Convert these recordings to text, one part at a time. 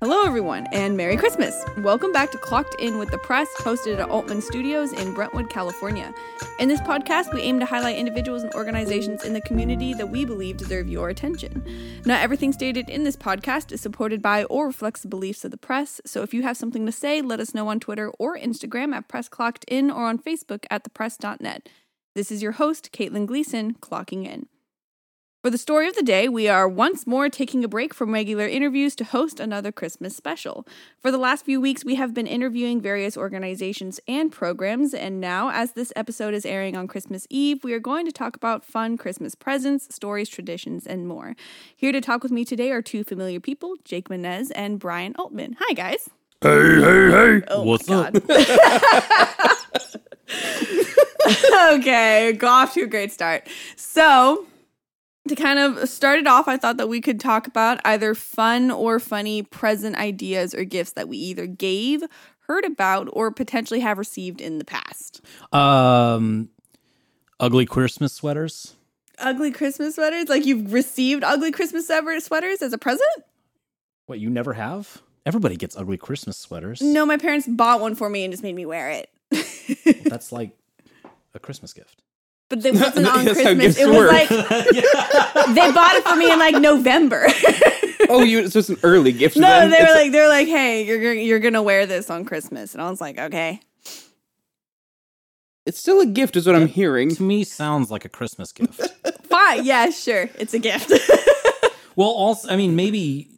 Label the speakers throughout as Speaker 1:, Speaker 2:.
Speaker 1: Hello, everyone, and Merry Christmas! Welcome back to Clocked In with the Press, hosted at Altman Studios in Brentwood, California. In this podcast, we aim to highlight individuals and organizations in the community that we believe deserve your attention. Not everything stated in this podcast is supported by or reflects the beliefs of the press, so if you have something to say, let us know on Twitter or Instagram at Press Clocked In or on Facebook at thepress.net. This is your host, Caitlin Gleason, clocking in. For the story of the day, we are once more taking a break from regular interviews to host another Christmas special. For the last few weeks, we have been interviewing various organizations and programs, and now, as this episode is airing on Christmas Eve, we are going to talk about fun Christmas presents, stories, traditions, and more. Here to talk with me today are two familiar people, Jake Menez and Brian Altman. Hi, guys.
Speaker 2: Hey, hey, hey.
Speaker 1: Oh,
Speaker 3: What's
Speaker 1: my
Speaker 3: up?
Speaker 1: God. okay, got off to a great start. So, to kind of start it off, I thought that we could talk about either fun or funny present ideas or gifts that we either gave, heard about, or potentially have received in the past.
Speaker 3: Um, ugly Christmas sweaters.
Speaker 1: Ugly Christmas sweaters? Like you've received ugly Christmas sweater- sweaters as a present?
Speaker 3: What you never have? Everybody gets ugly Christmas sweaters.
Speaker 1: No, my parents bought one for me and just made me wear it.
Speaker 3: that's like a Christmas gift.
Speaker 1: but it wasn't on
Speaker 2: That's how
Speaker 1: Christmas.
Speaker 2: gifts
Speaker 1: It was
Speaker 2: work.
Speaker 1: like they bought it for me in like November.
Speaker 2: Oh, you, it's just an early gift. to
Speaker 1: No,
Speaker 2: them.
Speaker 1: they were
Speaker 2: It's-
Speaker 1: like, they're like, hey, you're gonna- you're gonna wear this on Christmas, and I was like, okay,
Speaker 2: it's still a gift, is what I'm hearing.
Speaker 3: To me, sounds like a Christmas gift.
Speaker 1: fine, yeah, sure, it's a gift.
Speaker 3: well, also, I mean, maybe,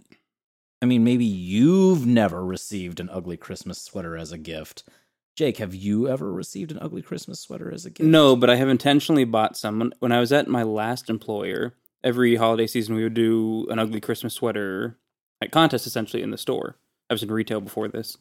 Speaker 3: I mean, maybe you've never received an ugly Christmas sweater as a gift. Jake, have you ever received an ugly Christmas sweater as a gift?
Speaker 2: No, but I have intentionally bought some. When- When I was at my last employer, every holiday season we would do an ugly Christmas sweater at contest, essentially in the store. I was in retail before this,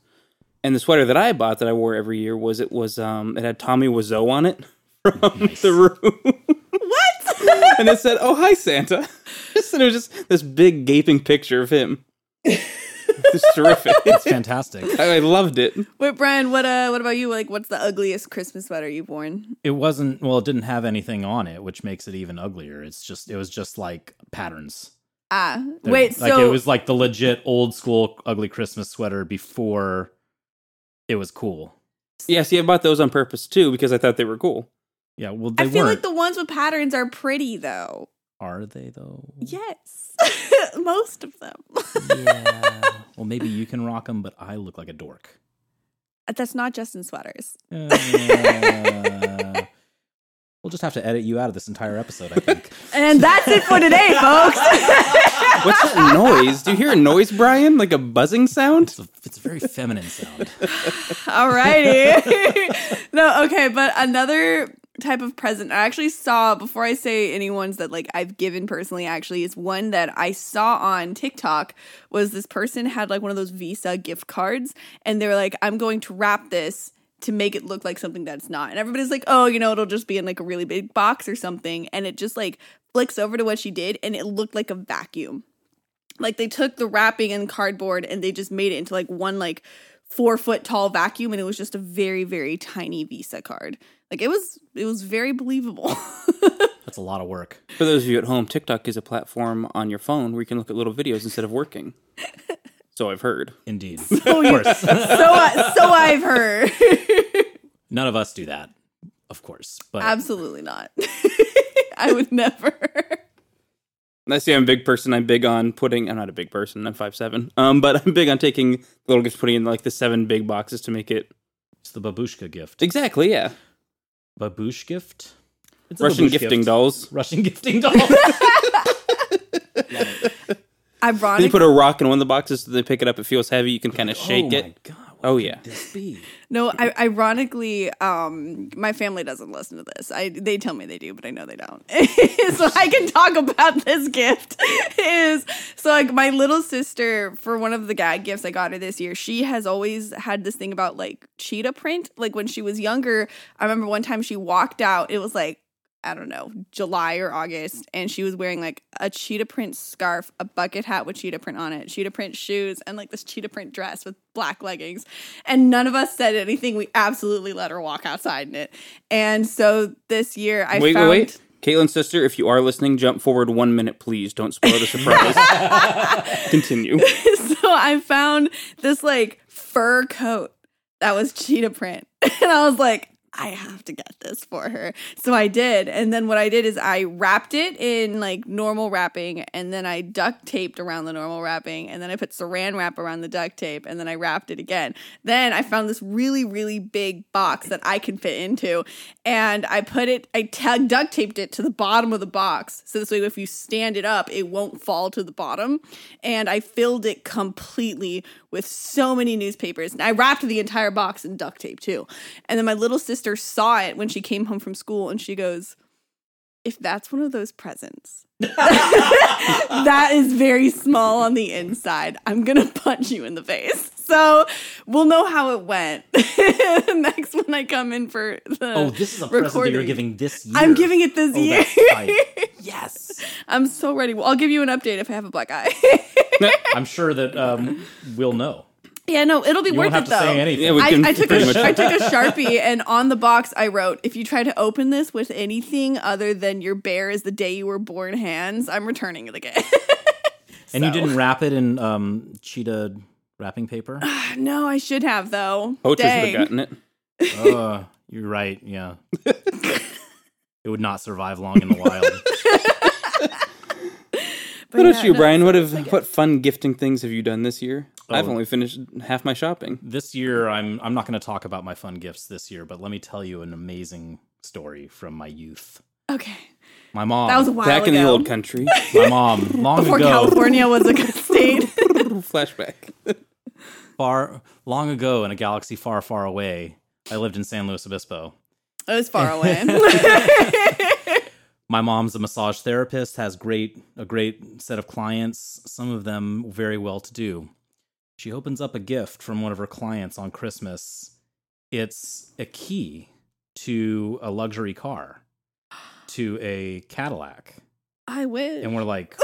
Speaker 2: and the sweater that I bought that I wore every year was it was um it had Tommy Wiseau on it from the room,
Speaker 1: what?
Speaker 2: and it said, "Oh hi Santa," and it was just this big gaping picture of him. it's terrific.
Speaker 3: It's fantastic.
Speaker 2: I I loved it.
Speaker 1: Wait, Brian, what uh, what about you? Like, what's the ugliest Christmas sweater you've worn?
Speaker 3: it wasn't well it didn't have anything on it which makes it even uglier it's just it was just like patterns
Speaker 1: Ah,
Speaker 3: They're-
Speaker 1: wait,
Speaker 3: like
Speaker 1: so
Speaker 3: it was like the legit old school ugly christmas sweater before it was cool
Speaker 2: Yeah, see, I bought those on purpose too because I thought they were cool.
Speaker 3: yeah well they
Speaker 1: I feel like
Speaker 3: weren't
Speaker 1: the ones with patterns are pretty though.
Speaker 3: are they though
Speaker 1: Yes, most of them.
Speaker 3: yeah well maybe you can rock them but i look like a dork
Speaker 1: That's not just in sweaters.
Speaker 3: Uh, we'll just have to edit you out of this entire episode i think
Speaker 1: And that's it for today, folks.
Speaker 2: What's that noise? Do you hear a noise, Brian? Like a buzzing sound?
Speaker 3: it's a, it's a very feminine sound
Speaker 1: Alrighty. no, okay, but another type of present I actually saw before I say any ones that like I've given personally actually is one that I saw on TikTok was this person had like one of those Visa gift cards and they were like, I'm going to wrap this to make it look like something that's not. And everybody's like, oh, you know, it'll just be in like a really big box or something. And it just like flicks over to what she did and it looked like a vacuum like they took the wrapping and cardboard and they just made it into like one like four foot tall vacuum and it was just a very very tiny visa card like it was it was very believable
Speaker 3: that's a lot of work
Speaker 2: For those of you at home, TikTok is a platform on your phone where you can look at little videos instead of working. So I've heard.
Speaker 3: indeed
Speaker 1: oh,
Speaker 3: of course
Speaker 1: so I, so i've heard
Speaker 3: None of us do that, of course. But
Speaker 1: absolutely not i would never
Speaker 2: And I see I'm a big person. I'm big on putting. I'm not a big person. I'm five seven. Um, but I'm big on taking little gifts, putting in like the seven big boxes to make it
Speaker 3: it's the babushka gift.
Speaker 2: exactly. Yeah,
Speaker 3: Babush gift? It's a
Speaker 2: Russian
Speaker 3: babush
Speaker 2: gifting
Speaker 3: gift.
Speaker 2: dolls.
Speaker 3: Russian gifting doll.
Speaker 2: Then you
Speaker 1: ironic
Speaker 2: put a rock in one of the boxes, so they pick it up. It feels heavy. You can kind of shake
Speaker 3: oh
Speaker 2: it.
Speaker 3: My God, what
Speaker 2: Oh
Speaker 3: could
Speaker 2: yeah.
Speaker 3: This be?
Speaker 1: no I, ironically um my family doesn't listen to this i they tell me they do but i know they don't so i can talk about this gift is so like my little sister for one of the gag gifts i got her this year she has always had this thing about like cheetah print like when she was younger i remember one time she walked out it was like I don't know, July or August, and she was wearing like a cheetah print scarf, a bucket hat with cheetah print on it, cheetah print shoes, and like this cheetah print dress with black leggings. And none of us said anything. We absolutely let her walk outside in it. And so this year I
Speaker 2: Wait, wait,
Speaker 1: found
Speaker 2: wait. Caitlin's sister, if you are listening, jump forward one minute, please. Don't spoil the surprise. Continue.
Speaker 1: so I found this like fur coat that was cheetah print. And I was like, I have to get this for her. So I did. And then what I did is I wrapped it in like normal wrapping and then I duct taped around the normal wrapping and then I put saran wrap around the duct tape and then I wrapped it again. Then I found this really, really big box that I can fit into and I put it, I tag duct taped it to the bottom of the box. So this way, if you stand it up, it won't fall to the bottom. And I filled it completely with so many newspapers. And I wrapped the entire box in duct tape too. And then my little sister saw it when she came home from school and she goes, If that's one of those presents, that is very small on the inside. I'm going to punch you in the face. So we'll know how it went next when I come in for the.
Speaker 3: Oh, this is a present that
Speaker 1: Uh,
Speaker 3: you're
Speaker 1: recording.
Speaker 3: giving this year.
Speaker 1: I'm giving it this
Speaker 3: Oh,
Speaker 1: year.
Speaker 3: that's tight. Yes.
Speaker 1: I'm so ready. Well, I'll give you an update if I have a black eye.
Speaker 3: I'm sure that um, we'll know.
Speaker 1: yeah, no, it'll be
Speaker 3: You
Speaker 1: worth
Speaker 3: won't have
Speaker 1: it
Speaker 3: to
Speaker 1: though.
Speaker 3: say anything.
Speaker 2: Yeah, we
Speaker 1: I,
Speaker 2: can
Speaker 1: I took
Speaker 2: pretty
Speaker 1: a,
Speaker 2: much-
Speaker 1: I took a sharpie and on the box I wrote, "If you try to open this with anything other than your bear is the day you were born hands, I'm returning the gift."
Speaker 3: and you didn't wrap it in um, cheetah wrapping paper?
Speaker 1: no, I should have though.
Speaker 2: Poachers would
Speaker 1: Dang.
Speaker 2: have gotten it.
Speaker 3: uh, you're right. Yeah. it would not survive long in the wild.
Speaker 1: But
Speaker 2: What
Speaker 1: yeah,
Speaker 2: about you,
Speaker 1: no,
Speaker 2: Brian? What have what fun gifting things have you done this year? I've
Speaker 3: Oh.
Speaker 2: only finished half my shopping.
Speaker 3: this year, I'm I'm not going to talk about my fun gifts this year, but let me tell you an amazing story from my youth.
Speaker 1: Okay,
Speaker 3: My mom.
Speaker 1: that was a while
Speaker 2: Back
Speaker 1: ago.
Speaker 2: in the old country.
Speaker 3: my mom long
Speaker 1: before
Speaker 3: ago.
Speaker 1: California was a state.
Speaker 2: Flashback.
Speaker 1: Oh,
Speaker 3: far long ago in a galaxy far, far away, I lived in San Luis Obispo.
Speaker 1: it was far away.
Speaker 3: My mom's a massage therapist, has great a great set of clients, some of them very well to do. She opens up a gift from one of her clients on Christmas. It's a key to a luxury car, to a Cadillac.
Speaker 1: I wish. Oh
Speaker 3: And we're like,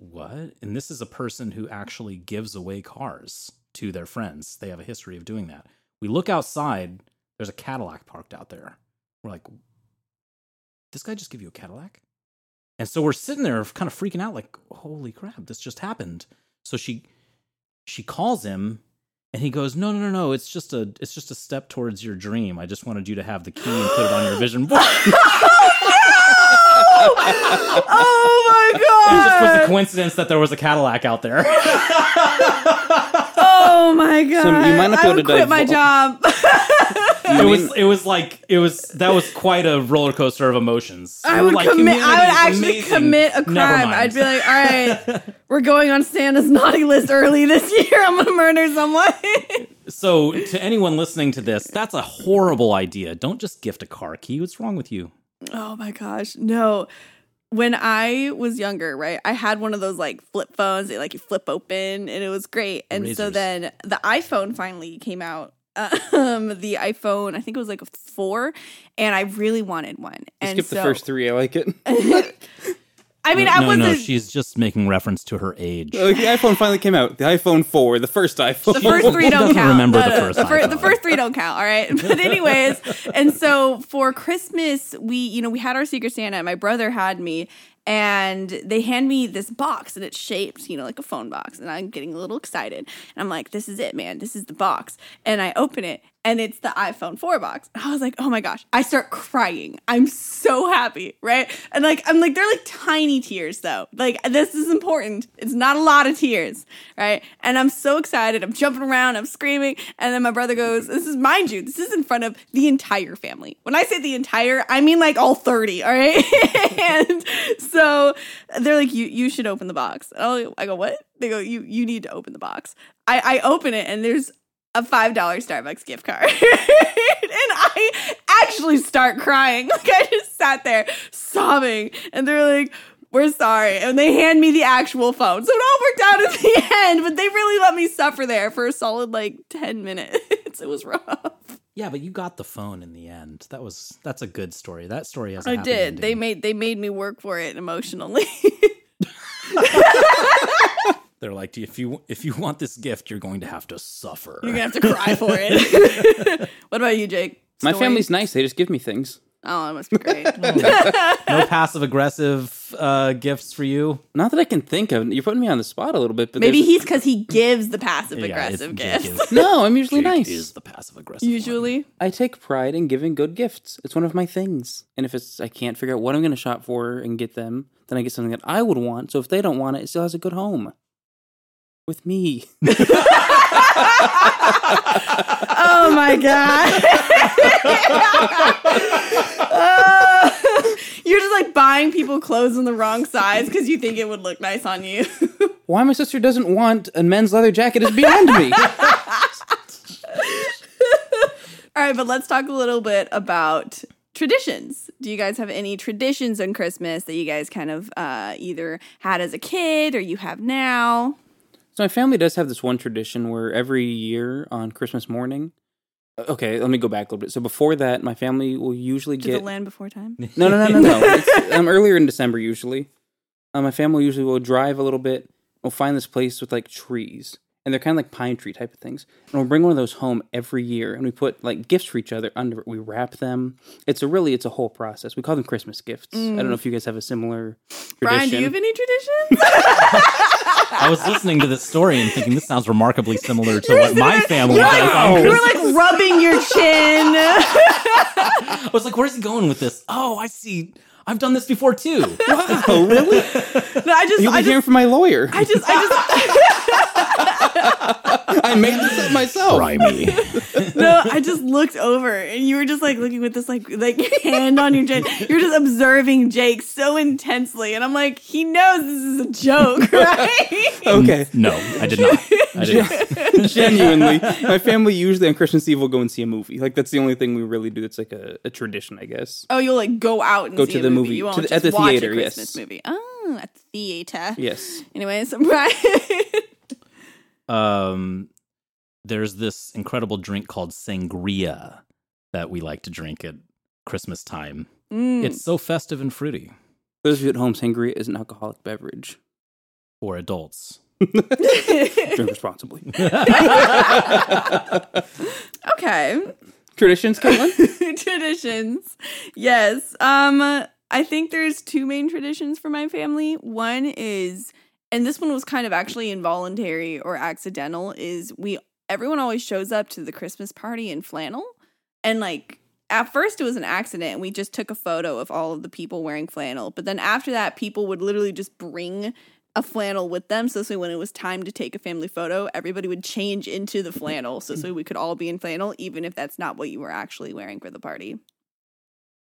Speaker 3: what? And this is a person who actually gives away cars to their friends. They have a history of doing that. We look outside, there's a Cadillac parked out there. We're like, this guy just give you a Cadillac? And so we're sitting there kind of freaking out, like, holy crap, this just happened. So she she calls him and he goes, No, no, no, no, it's just a it's just a step towards your dream. I just wanted you to have the key and put it on your vision board.
Speaker 1: oh my god!
Speaker 3: It was just was a coincidence that there was a Cadillac out there.
Speaker 1: Oh my god!
Speaker 2: So you might not be
Speaker 1: I
Speaker 2: able
Speaker 1: would
Speaker 2: to
Speaker 1: quit my job.
Speaker 2: You
Speaker 3: it
Speaker 2: mean-
Speaker 3: was it was like it was that was quite a roller coaster of emotions.
Speaker 1: I would
Speaker 3: Like,
Speaker 1: commit. I
Speaker 3: community
Speaker 1: would
Speaker 3: is
Speaker 1: actually
Speaker 3: amazing.
Speaker 1: commit a
Speaker 3: Never
Speaker 1: crime.
Speaker 3: mind.
Speaker 1: I'd be like, all right, we're going on Santa's naughty list early this year. I'm gonna murder someone.
Speaker 3: so to anyone listening to this, that's a horrible idea. Don't just gift a car key. What's wrong with you?
Speaker 1: oh my gosh, no. When I was younger, right, I had one of those like flip phones that like you flip open, and it was great. And so
Speaker 3: Razors.
Speaker 1: then the iPhone finally came out. Um, the iPhone, I think it was like a four, and I really wanted one.
Speaker 2: I
Speaker 1: and
Speaker 2: skipped the
Speaker 1: so-
Speaker 2: first three. I like it.
Speaker 1: I mean,
Speaker 3: no,
Speaker 1: I
Speaker 3: no,
Speaker 1: wasn't.
Speaker 3: no, she's just making reference to her age.
Speaker 2: Like, the iPhone finally came out. The iPhone 4, the first iPhone.
Speaker 1: The first three
Speaker 3: Who
Speaker 1: don't
Speaker 3: doesn't
Speaker 1: count.
Speaker 3: remember
Speaker 1: No,
Speaker 3: the
Speaker 1: no,
Speaker 3: first
Speaker 1: the, fir-
Speaker 3: iPhone?
Speaker 1: the first three don't count. All right. But anyways, and so for Christmas, we you know we had our Secret Santa, and my brother had me, and they hand me this box, and it's shaped you know like a phone box, and I'm getting a little excited, and I'm like, this is it, man, this is the box, and I open it. And it's the iPhone 4 box. And I was like, oh my gosh. I start crying. I'm so happy, right? And like, I'm like, they're like tiny tears though. Like, this is important. It's not a lot of tears, right? And I'm so excited. I'm jumping around. I'm screaming. And then my brother goes, This is, mind you, this is in front of the entire family. When I say the entire, I mean like all 30, all right? and so they're like, You you should open the box. And I'll- I go, What? They go, You you need to open the box. I, I open it and there's a $5 Starbucks gift card. and I actually start crying. Like I just sat there sobbing and they're like, we're sorry. And they hand me the actual phone. So it all worked out at the end, but they really let me suffer there for a solid like 10 minutes. It was rough.
Speaker 3: Yeah, but you got the phone in the end. That was that's a good story. That story has. I
Speaker 1: I did. They made they made me work for it emotionally.
Speaker 3: They're like, if you if you want this gift, you're going to have to suffer.
Speaker 1: You're gonna have to cry for it. what about you, Jake?
Speaker 2: My
Speaker 1: Story?
Speaker 2: family's nice. They just give me things.
Speaker 1: Oh, it must be great.
Speaker 3: No passive aggressive uh, gifts for you.
Speaker 2: Not that I can think of. You're putting me on the spot a little bit, but
Speaker 1: Maybe
Speaker 2: there's-
Speaker 1: he's because he gives the passive
Speaker 3: Yeah, it-
Speaker 1: aggressive
Speaker 3: Jake
Speaker 1: gifts.
Speaker 3: is-
Speaker 2: No, I'm usually
Speaker 3: Jake
Speaker 2: nice.
Speaker 3: is the passive aggressive. one.
Speaker 1: Usually,
Speaker 2: I take pride in giving good gifts. It's one of my things. And if it's I can't figure out what I'm going to shop for and get them, then I get something that I would want. So if they don't want it, it still has a good home with me.
Speaker 1: Oh my god. Uh, you're just like buying people clothes in the wrong size because you think it would look nice on you.
Speaker 2: Why my sister doesn't want a men's leather jacket is beyond me.
Speaker 1: All right, but let's talk a little bit about traditions. Do you guys have any traditions on Christmas that you guys kind of uh, either had as a kid or you have now?
Speaker 2: So my family does have this one tradition where every year on Christmas morning. Okay, let me go back a little bit. So before that, my family will usually
Speaker 1: To
Speaker 2: get
Speaker 1: the land before time?
Speaker 2: No, no, no, no, no. It's, um, earlier in December, usually, um, my family usually will drive a little bit. We'll find this place with like trees, and they're kind of like pine tree type of things. And we'll bring one of those home every year, and we put like gifts for each other under it. We wrap them. It's a really, it's a whole process. We call them Christmas gifts. I don't know if you guys have a similar tradition.
Speaker 1: Mm. Brian, do you have any traditions?
Speaker 3: I was listening to this story and thinking this sounds remarkably similar to what my family
Speaker 1: You're
Speaker 3: does. on
Speaker 1: like,
Speaker 3: Christmas.
Speaker 1: you're like rubbing your chin.
Speaker 3: I was like, where's he going with this? Oh, I see. I've done this before too.
Speaker 2: oh, really?
Speaker 1: No, I just,
Speaker 2: You'll be
Speaker 1: I
Speaker 2: hearing
Speaker 1: just,
Speaker 2: from my lawyer.
Speaker 1: I just, I just,
Speaker 2: I made this up myself.
Speaker 3: Try me.
Speaker 1: No, I just looked over and you were just like looking with this like like hand on your chin. You're just observing Jake so intensely, and I'm like, he knows this is a joke, right?
Speaker 2: Okay.
Speaker 3: No, I did not. I did not.
Speaker 2: Genuinely, my family usually on Christmas Eve will go and see a movie. Like that's the only thing we really do. That's like a, a tradition, I guess.
Speaker 1: oh, you'll like go out and
Speaker 2: Go
Speaker 1: see
Speaker 2: to
Speaker 1: a
Speaker 2: the
Speaker 1: movie.
Speaker 2: movie.
Speaker 1: You
Speaker 2: To
Speaker 1: won't
Speaker 2: the-
Speaker 1: just
Speaker 2: at the
Speaker 1: watch
Speaker 2: theater,
Speaker 1: a Christmas
Speaker 2: yes.
Speaker 1: movie. Oh, at the theater.
Speaker 2: Yes.
Speaker 1: Anyways, Brian.
Speaker 3: um, there's this incredible drink called sangria that we like to drink at Christmas time.
Speaker 1: Mm.
Speaker 3: It's so festive and fruity
Speaker 2: Those of you at home, sangria is an alcoholic beverage.
Speaker 3: for adults.
Speaker 1: Mm.
Speaker 2: Drink responsibly.
Speaker 1: okay.
Speaker 2: Traditions, Caitlin?
Speaker 1: traditions. Yes. Um I think there's two main traditions for my family. One is and this one was kind of actually involuntary or accidental is we everyone always shows up to the Christmas party in flannel and like at first it was an accident and we just took a photo of all of the people wearing flannel but then after that people would literally just bring a flannel with them so this way when it was time to take a family photo everybody would change into the flannel so this way we could all be in flannel even if that's not what you were actually wearing for the party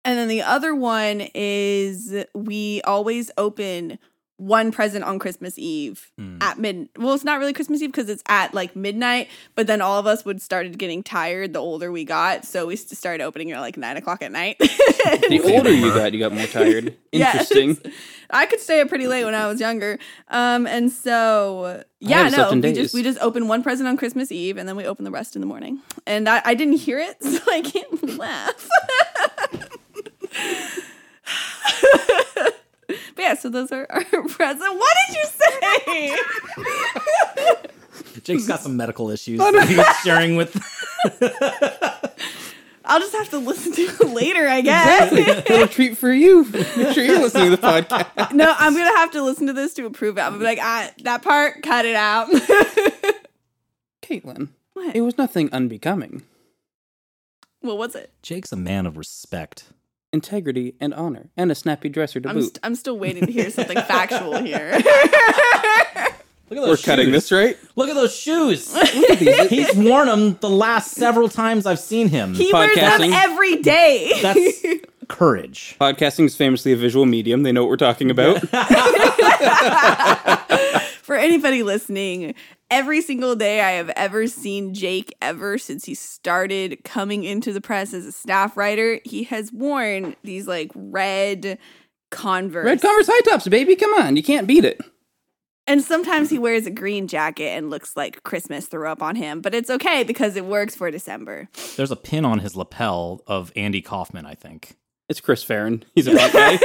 Speaker 1: and then the other one is we always open one present on christmas eve
Speaker 3: Mm.
Speaker 1: at mid well it's not really christmas eve because it's at like midnight but then all of us would started getting tired the older we got so we s- started opening at like nine o'clock at night
Speaker 2: The older you got, you got more tired.
Speaker 1: Yes.
Speaker 2: Interesting.
Speaker 1: i could stay up pretty late when i was younger um and so yeah
Speaker 2: haven't
Speaker 1: no
Speaker 2: slept in
Speaker 1: we
Speaker 2: days.
Speaker 1: just we just open one present on christmas eve and then we open the rest in the morning and i, I didn't hear it so i can't laugh but yeah so those are our presents what did you say
Speaker 3: Jake's got some medical issues that he was sharing with.
Speaker 1: I'll just have to listen to it later, I guess.
Speaker 2: Little treat for you. Make sure you're listening to the podcast.
Speaker 1: no, I'm gonna have to listen to this to approve it. I'm gonna be like, ah, that part, cut it out.
Speaker 2: Caitlin,
Speaker 1: What?
Speaker 2: it was nothing unbecoming.
Speaker 1: well, what's it?
Speaker 3: Jake's a man of respect.
Speaker 2: Integrity and honor, and a snappy dresser to
Speaker 1: I'm
Speaker 2: boot.
Speaker 1: st- I'm still waiting to hear something factual here.
Speaker 3: Look at those
Speaker 2: We're cutting
Speaker 3: shoes.
Speaker 2: this, right?
Speaker 3: Look at those shoes.
Speaker 2: Look at these. It-
Speaker 3: He's worn them the last several times I've seen him.
Speaker 1: he wears them
Speaker 2: Podcasting.
Speaker 1: every day.
Speaker 3: That's courage.
Speaker 2: Podcasting is famously a visual medium. They know what we're talking about.
Speaker 1: For anybody listening, every single day I have ever seen Jake ever since he started coming into the press as a staff writer, he has worn these like red Converse.
Speaker 2: Red Converse high tops, baby. Come on, you can't beat it.
Speaker 1: And sometimes he wears a green jacket and looks like Christmas threw up on him, but it's okay because it works for December.
Speaker 3: There's a pin on his lapel of Andy Kaufman, I think.
Speaker 2: It's Chris Farron. He's a rock guy.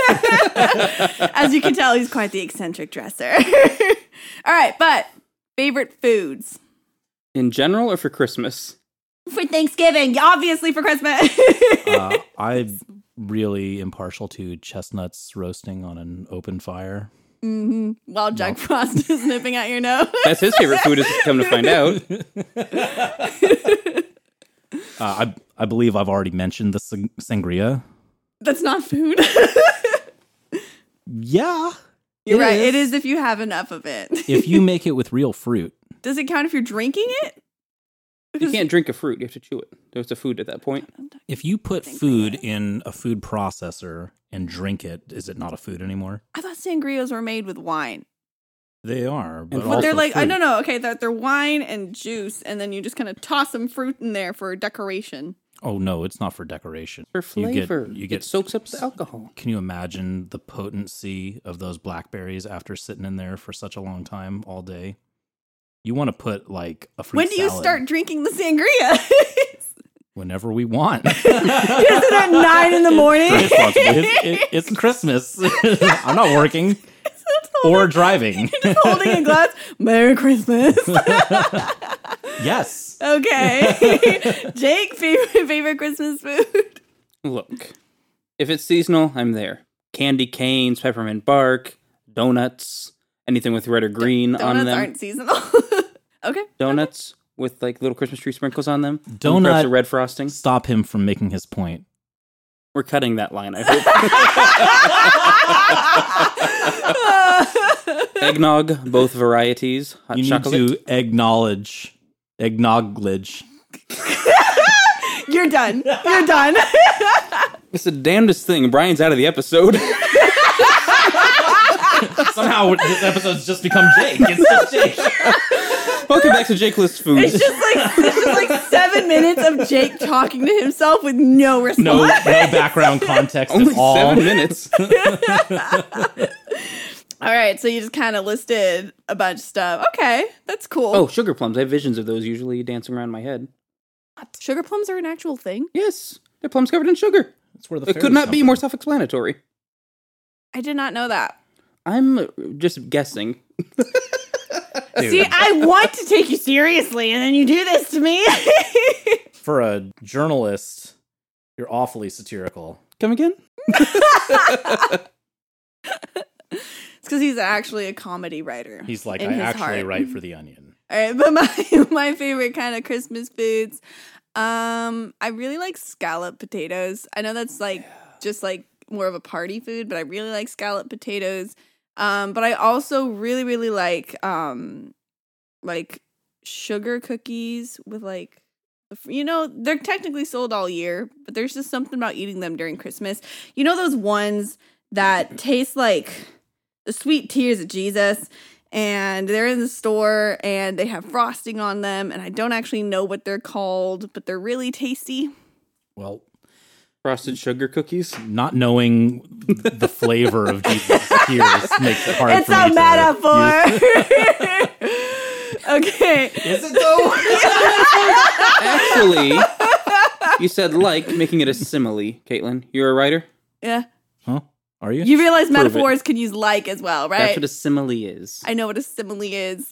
Speaker 1: As you can tell, he's quite the eccentric dresser. All right, but favorite foods
Speaker 2: In general, or for Christmas?
Speaker 1: for Thanksgiving, obviously for Christmas.
Speaker 3: Uh, I really impartial to chestnuts roasting on an open fire.
Speaker 1: hmm While Jack
Speaker 3: No.
Speaker 1: Frost is nipping at your nose.
Speaker 2: That's his favorite food, is come to find out.
Speaker 3: Uh, I I believe I've already mentioned the sang- sangria.
Speaker 1: That's not food.
Speaker 3: Yeah,
Speaker 1: You're right. It is if you have enough of it.
Speaker 3: if you make it with real fruit.
Speaker 1: Does it count if you're drinking it?
Speaker 2: You can't drink a fruit; you have to chew it. So it's a food at that point.
Speaker 3: If you put
Speaker 1: Think
Speaker 3: food in a food processor and drink it, is it not a food anymore?
Speaker 1: I thought sangrias were made with wine.
Speaker 3: They are, but,
Speaker 2: But
Speaker 1: But they're
Speaker 3: also
Speaker 1: like, I
Speaker 3: fruit.
Speaker 1: don't know. Okay, they're, they're wine and juice, and then you just kind of toss some fruit in there for decoration.
Speaker 3: Oh no, it's not for decoration.
Speaker 2: For
Speaker 3: You get-
Speaker 2: flavor,
Speaker 3: you get
Speaker 2: it soaks up the alcohol.
Speaker 3: Can you imagine the potency of those blackberries after sitting in there for such a long time all day? You want to put like a fruit
Speaker 1: when do you
Speaker 3: salad
Speaker 1: start drinking the sangria?
Speaker 3: Whenever we want.
Speaker 1: Is it at nine in the morning?
Speaker 3: It's responsible. It's- it- it's Christmas. I'm not working or driving.
Speaker 1: Just holding a glass. Merry Christmas.
Speaker 3: Yes.
Speaker 1: okay. Jake, favorite, favorite Christmas food?
Speaker 2: Look, if it's seasonal, I'm there. Candy canes, peppermint bark, donuts, anything with red or green on
Speaker 1: Donuts
Speaker 2: them.
Speaker 1: aren't seasonal. okay.
Speaker 2: donuts with like little Christmas tree sprinkles on them. and
Speaker 3: Donut-
Speaker 2: perhaps a red frosting.
Speaker 3: Stop him from making his point.
Speaker 2: We're cutting that line. I hope eggnog, both varieties, hot
Speaker 3: You need
Speaker 2: chocolate.
Speaker 3: to acknowledge, acknowledge.
Speaker 1: You're done. You're done.
Speaker 2: It's the damnedest thing. Brian's out of the episode.
Speaker 3: Somehow this episode's just become Jake. It's just Jake.
Speaker 2: Welcome back to Jake List Foods.
Speaker 1: it's just like it's just like seven minutes of Jake talking to himself with no response.
Speaker 3: No, no background context
Speaker 2: Only
Speaker 3: at all.
Speaker 2: seven minutes.
Speaker 1: All right, so you just kind of listed a bunch of stuff. Okay, that's cool.
Speaker 2: oh, sugar plums. I have visions of those usually dancing around my head.
Speaker 1: Sugar plums are an actual thing.
Speaker 2: Yes, they're plums covered in sugar.
Speaker 3: That's where the
Speaker 2: It could not be more self explanatory.
Speaker 1: I did not know that.
Speaker 2: I'm uh, just guessing.
Speaker 1: See, I want to take you seriously, and then you do this to me.
Speaker 3: for a journalist, you're awfully satirical.
Speaker 2: Come again?
Speaker 1: it's because he's actually a comedy writer.
Speaker 3: He's like,
Speaker 1: In
Speaker 3: I
Speaker 1: his
Speaker 3: actually
Speaker 1: heart.
Speaker 3: write for the Onion.
Speaker 1: All right, but my my favorite kind of Christmas foods, um, I really like scallop potatoes. I know that's like just like more of a party food, but I really like scallop potatoes. Um, but I also really really like um, like sugar cookies with like. You know, they're technically sold all year, but there's just something about eating them during Christmas. You know those ones that taste like the sweet tears of Jesus and they're in the store and they have frosting on them and I don't actually know what they're called, but they're really tasty.
Speaker 3: Well,
Speaker 2: Frosted sugar cookies.
Speaker 3: not knowing the flavor of Jesus here makes it hard
Speaker 1: It's
Speaker 3: for me
Speaker 1: a
Speaker 3: to
Speaker 1: metaphor. okay.
Speaker 3: Is it though?
Speaker 2: Actually, you said like, making it a simile. Caitlin, you're a writer?
Speaker 1: Yeah.
Speaker 3: huh? Are you?
Speaker 1: You realize
Speaker 2: it.
Speaker 1: metaphors can use like as well,
Speaker 2: That's
Speaker 1: right?
Speaker 2: what a simile is.
Speaker 1: I know what a simile is.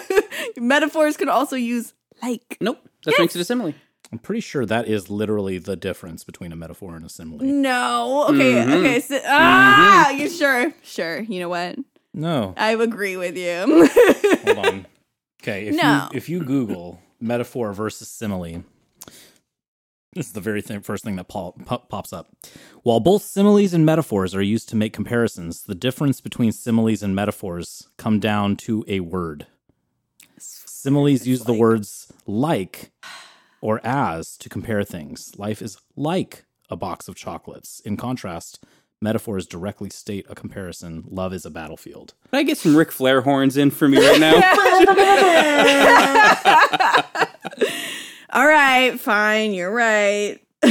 Speaker 1: metaphors can also use like.
Speaker 2: nope. That makes it a simile.
Speaker 3: I'm pretty sure that is literally the difference between a metaphor and a simile.
Speaker 1: No. Okay.
Speaker 2: Mm-hmm.
Speaker 1: Okay. So, ah, you sure. Sure. You know what?
Speaker 3: No.
Speaker 1: I agree with you.
Speaker 3: Hold on. Okay, if
Speaker 1: No.
Speaker 3: you if you Google metaphor versus simile, this is the very thing, first thing that pol- po- pops up. While both similes and metaphors are used to make comparisons, the difference between similes and metaphors come down to a word. Similes use the words like or as to compare things. Life is like a box of chocolates. In contrast, metaphors directly state a comparison. Love is a battlefield.
Speaker 2: Can I get some Ric Flair horns in for me right now?
Speaker 1: All right, fine, you're right.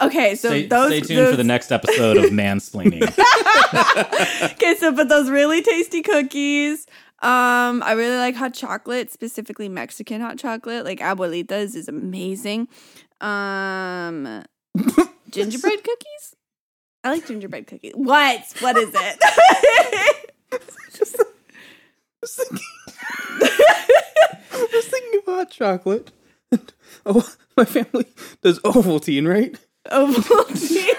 Speaker 1: okay, so
Speaker 3: stay,
Speaker 1: those
Speaker 3: stay tuned for the next episode of mansplaining.
Speaker 1: Okay, so but those really tasty cookies. Um, I really like hot chocolate, specifically Mexican hot chocolate. Like Abuelita's is amazing. Um, gingerbread cookies. I like gingerbread cookies. What? What is it?
Speaker 2: I was thinking of hot chocolate. Oh, my family does Ovaltine, right?
Speaker 1: Ovaltine.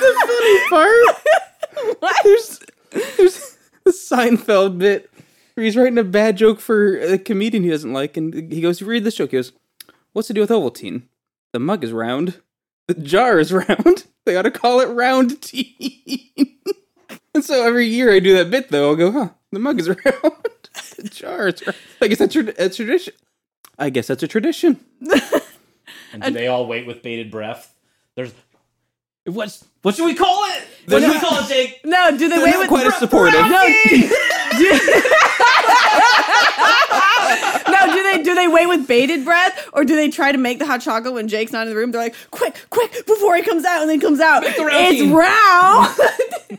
Speaker 2: the funny part.
Speaker 1: What?
Speaker 2: There's there's the Seinfeld bit where he's writing a bad joke for a comedian he doesn't like, and he goes, "You read this joke." He goes, "What's to do with Ovaltine? The mug is round. The jar is round. They ought to call it round tea." and so every year I do that bit though. I'll go, "Huh, the mug is round. the jar is round." I guess that's tra- a tradition. I guess that's a tradition.
Speaker 3: And do they all wait with bated breath? There's what's what should we call it? What should we call it, Jake?
Speaker 1: No, do they wait
Speaker 2: not
Speaker 1: with
Speaker 2: quite as supportive.
Speaker 1: No. do- No, do they do they wait with bated breath or do they try to make the hot chocolate when Jake's not in the room? They're like, "Quick, quick, before he comes out." And then comes out.
Speaker 3: the round
Speaker 1: It's
Speaker 3: team.
Speaker 1: round.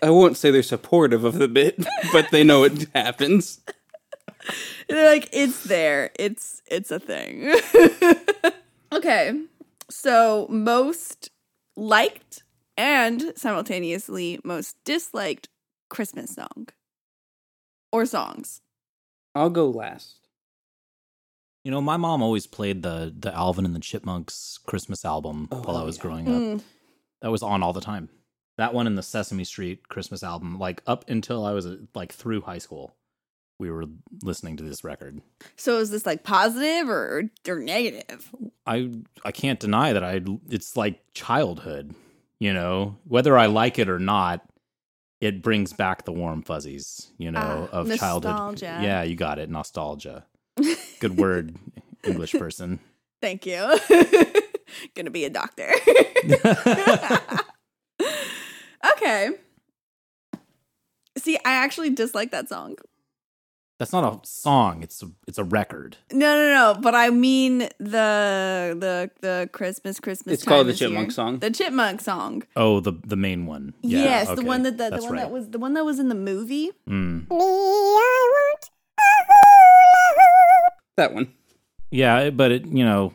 Speaker 2: I won't say they're supportive of the bit, but they know it happens.
Speaker 1: They're like, it's there. It's it's a thing. okay. So most liked and simultaneously most disliked Christmas song. Or songs.
Speaker 2: I'll go last.
Speaker 3: You know, my mom always played the the Alvin and the Chipmunks Christmas album
Speaker 2: Oh,
Speaker 3: while I
Speaker 2: yeah.
Speaker 3: was growing up.
Speaker 1: Mm.
Speaker 3: That was on all the time. That one and the Sesame Street Christmas album, like up until I was uh, like through high school, we were listening to this record.
Speaker 1: So is this like positive or or negative?
Speaker 3: I I can't deny that I it's like childhood, you know. Whether I like it or not, it brings back the warm fuzzies, you know,
Speaker 1: Ah,
Speaker 3: of childhood.
Speaker 1: nostalgia.
Speaker 3: Yeah, you got it, nostalgia. Good word, English person.
Speaker 1: Thank you. Gonna be a doctor. okay. See, I actually dislike that song.
Speaker 3: That's not a song, it's a, it's a record.
Speaker 1: No, no, no. But I mean the the the Christmas Christmas.
Speaker 2: It's called
Speaker 1: time
Speaker 2: the
Speaker 1: is here.
Speaker 2: Chipmunk song.
Speaker 1: The chipmunk song.
Speaker 3: Oh, the the main one. Yeah,
Speaker 1: yes, the
Speaker 3: okay.
Speaker 1: one that the, the
Speaker 3: That's
Speaker 1: one that
Speaker 3: right.
Speaker 1: was the one that was in the movie.
Speaker 3: Mm.
Speaker 4: Me, I want a hula
Speaker 2: That one.
Speaker 3: Yeah, it- but it, you know,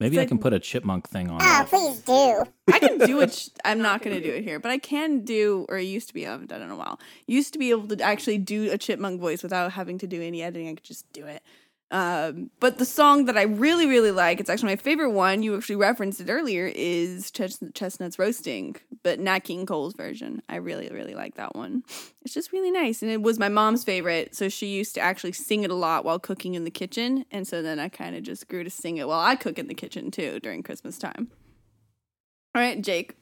Speaker 3: maybe I
Speaker 1: like-
Speaker 3: can put a chipmunk thing on.
Speaker 4: Ah,
Speaker 3: that.
Speaker 4: please do.
Speaker 1: I can do it. sh- I'm not going to do it here, but I can do, or I used to be. I haven't done it in a while. Used to be able to actually do a chipmunk voice without having to do any editing. I could just do it. Um, but the song that I really, really like, it's actually my favorite one. You actually referenced it earlier, is Chest- Chestnuts Roasting, but Nat King Cole's version. I really, really like that one. It's just really nice. And it was my mom's favorite. So she used to actually sing it a lot while cooking in the kitchen. And so then I kind of just grew to sing it while I cook in the kitchen too during Christmas time. All right, Jake.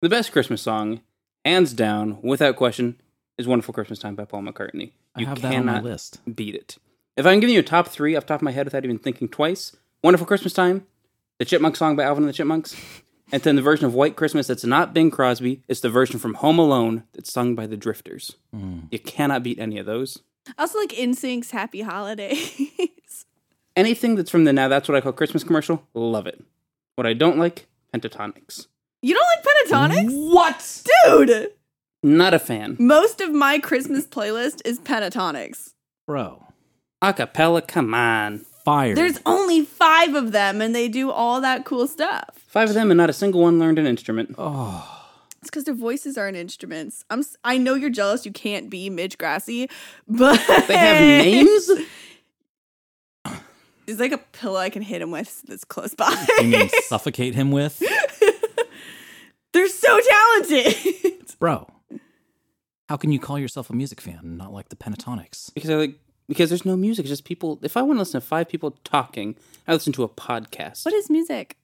Speaker 2: The best Christmas song, hands down, without question, is Wonderful Christmas Time by Paul McCartney.
Speaker 3: I have that on my list.
Speaker 2: beat it. If I'm giving you a top three off the top of my head without even thinking twice, Wonderful Christmas Time, the Chipmunk song by Alvin and the Chipmunks, and then the version of White Christmas that's not Bing Crosby, it's the version from Home Alone that's sung by the Drifters.
Speaker 3: Mm.
Speaker 2: You cannot beat any of those.
Speaker 1: I also like InSync's Happy Holidays.
Speaker 2: Anything that's from the Now That's What I Call Christmas commercial, love it. What I don't like, pentatonics.
Speaker 1: you don't like pentatonics?
Speaker 3: What?
Speaker 1: Dude!
Speaker 2: Not a fan.
Speaker 1: Most of my Christmas playlist is pentatonics.
Speaker 3: Bro,
Speaker 2: Acapella, come on.
Speaker 3: fired.
Speaker 1: There's only five of them and they do all that cool stuff.
Speaker 2: Five of them and not a single one learned an instrument.
Speaker 3: oh,
Speaker 1: It's because their voices aren't instruments. I'm s- I know you're jealous you can't be Midge Grassy, but
Speaker 2: They have names?
Speaker 1: There's like a pillow I can hit him with that's close by.
Speaker 3: you mean suffocate him with?
Speaker 1: They're so talented.
Speaker 3: Bro, how can you call yourself a music fan and not like the pentatonics?
Speaker 2: Because I like because there's no music, it's just people if I want to listen to five people talking, I listen to a podcast.
Speaker 1: what is music?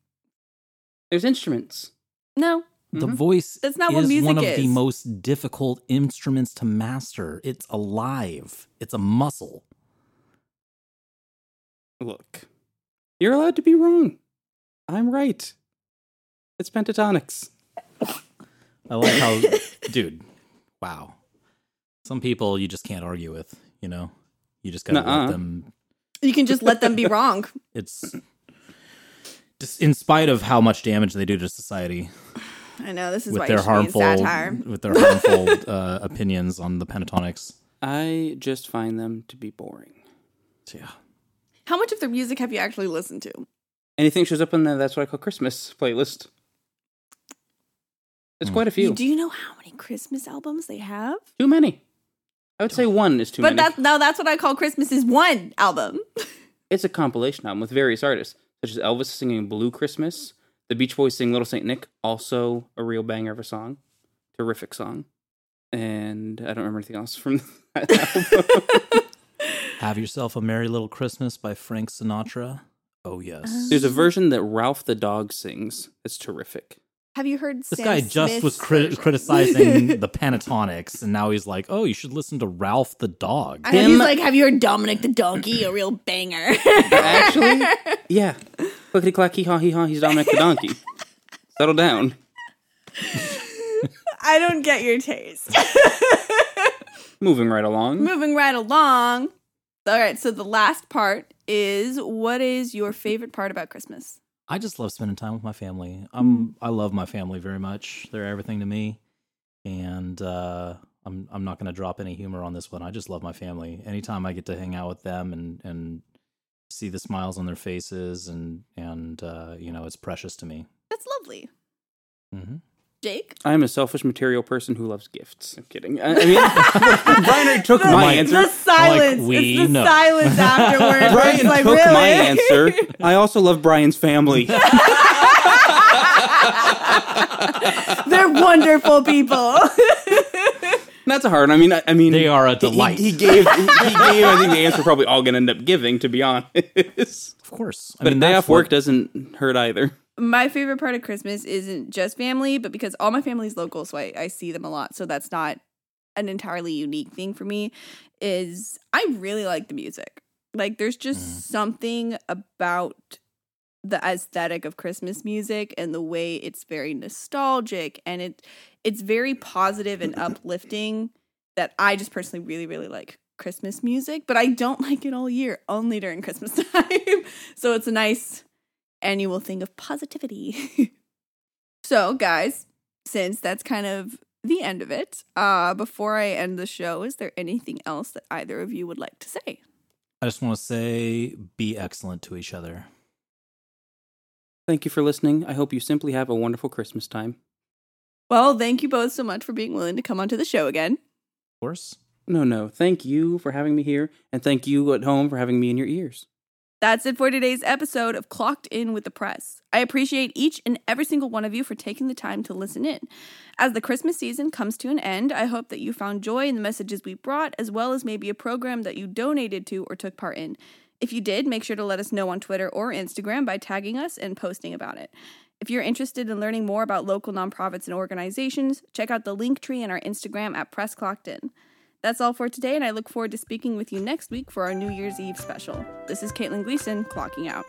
Speaker 2: there's instruments.
Speaker 1: No.
Speaker 3: The voice
Speaker 1: Mm-hmm. That's not
Speaker 3: is
Speaker 1: what music
Speaker 3: one of
Speaker 1: is.
Speaker 3: the most difficult instruments to master. It's alive. It's a muscle.
Speaker 2: Look. You're allowed to be wrong. I'm right. It's pentatonics.
Speaker 3: I like how, dude, wow. Some people you just can't argue with, you know? You just gotta
Speaker 2: Nuh-uh.
Speaker 3: let them.
Speaker 1: You can just let them be wrong.
Speaker 3: It's. Just in spite of how much damage they do to society
Speaker 1: I know this is
Speaker 3: with
Speaker 1: why
Speaker 3: their
Speaker 1: you should
Speaker 3: harmful
Speaker 1: be in satire.
Speaker 3: with their harmful uh, opinions on the pentatonics.
Speaker 2: I just find them to be boring.
Speaker 3: So, yeah.
Speaker 1: How much of their music have you actually listened to?
Speaker 2: Anything shows up on the That's What I Call Christmas playlist. It's quite a few.
Speaker 1: Do Mm. you know how many Christmas albums they have?
Speaker 2: too many. I would say one is too
Speaker 1: but
Speaker 2: many.
Speaker 1: that's now that's what I call Christmas is one album.
Speaker 2: It's a compilation album with various artists, such as Elvis singing Blue Christmas, The Beach Boys sing Little Saint Nick, also a real banger of a song. Terrific song. And I don't remember anything else from that album.
Speaker 3: Have Yourself a Merry Little Christmas by Frank Sinatra. Oh, yes.
Speaker 2: There's a version that Ralph the dog sings. It's terrific.
Speaker 1: Have you heard
Speaker 3: This
Speaker 1: Sam
Speaker 3: guy just
Speaker 1: Smith's
Speaker 3: was crit-
Speaker 1: version?
Speaker 3: criticizing the pentatonics, and now he's like, oh, you should listen to Ralph the dog.
Speaker 1: I heard he's
Speaker 2: Him-
Speaker 1: like, have you heard Dominic the Donkey? A real banger.
Speaker 2: Actually, yeah. Clickety clack, hee haw, hee haw, he's Dominic the Donkey. Settle down.
Speaker 1: I don't get your taste.
Speaker 2: Moving right along.
Speaker 1: Moving right along. All right, so the last part is what is your favorite part about Christmas?
Speaker 3: I just love spending time with my family.
Speaker 1: Mm.
Speaker 3: I'm I love my family very much. They're everything to me, and uh, I'm I'm not going to drop any humor on this one. I just love my family. Anytime I get to hang out with them and and see the smiles on their faces and and uh, you know it's precious to me.
Speaker 1: That's lovely.
Speaker 3: hmm
Speaker 1: Jake?
Speaker 2: I am a selfish material person who loves gifts. I'm kidding. I, I mean, Brian already took my
Speaker 3: the-
Speaker 2: answer.
Speaker 3: silence. Like, we It's the know. silence
Speaker 1: afterwards.
Speaker 2: Brian took my answer. I also love Brian's family.
Speaker 1: They're wonderful people.
Speaker 2: That's hard. I mean, I, I mean,
Speaker 3: They are a
Speaker 2: he-
Speaker 3: delight.
Speaker 2: He, gave, he, he gave. I think the answer probably all gonna end up giving, to be honest.
Speaker 3: Of course, I
Speaker 2: But a day
Speaker 3: that's
Speaker 2: off work
Speaker 3: what-
Speaker 2: doesn't hurt either.
Speaker 1: my favorite part of Christmas isn't just family, but because all my family's local, so I, I see them a lot. So that's not an entirely unique thing for me. Is I really like the music. Like there's just
Speaker 3: Mhm.
Speaker 1: something about the aesthetic of Christmas music and the way it's very nostalgic and it it's very positive and uplifting that I just personally really, really like Christmas music, but I don't like it all year, only during Christmas time. so it's a nice annual thing of positivity. so, guys, since that's kind of the end of it, uh, before I end the show, is there anything else that either of you would like to say?
Speaker 3: I just want to say, be excellent to each other.
Speaker 2: Thank you for listening. I hope you simply have a wonderful Christmas time.
Speaker 1: Well, thank you both so much for being willing to come onto the show again.
Speaker 3: Of course.
Speaker 2: No, no. Thank you for having me here, and thank you at home for having me in your ears.
Speaker 1: That's it for today's episode of Clocked In with the Press. I appreciate each and every single one of you for taking the time to listen in. As the Christmas season comes to an end, I hope that you found joy in the messages we brought, as well as maybe a program that you donated to or took part in. If you did, make sure to let us know on Twitter or Instagram by tagging us and posting about it. If you're interested in learning more about local nonprofits and organizations, check out the link tree in our Instagram at Press Clocked In. That's all for today, and I look forward to speaking with you next week for our New Year's Eve special. This is Caitlin Gleason, clocking out.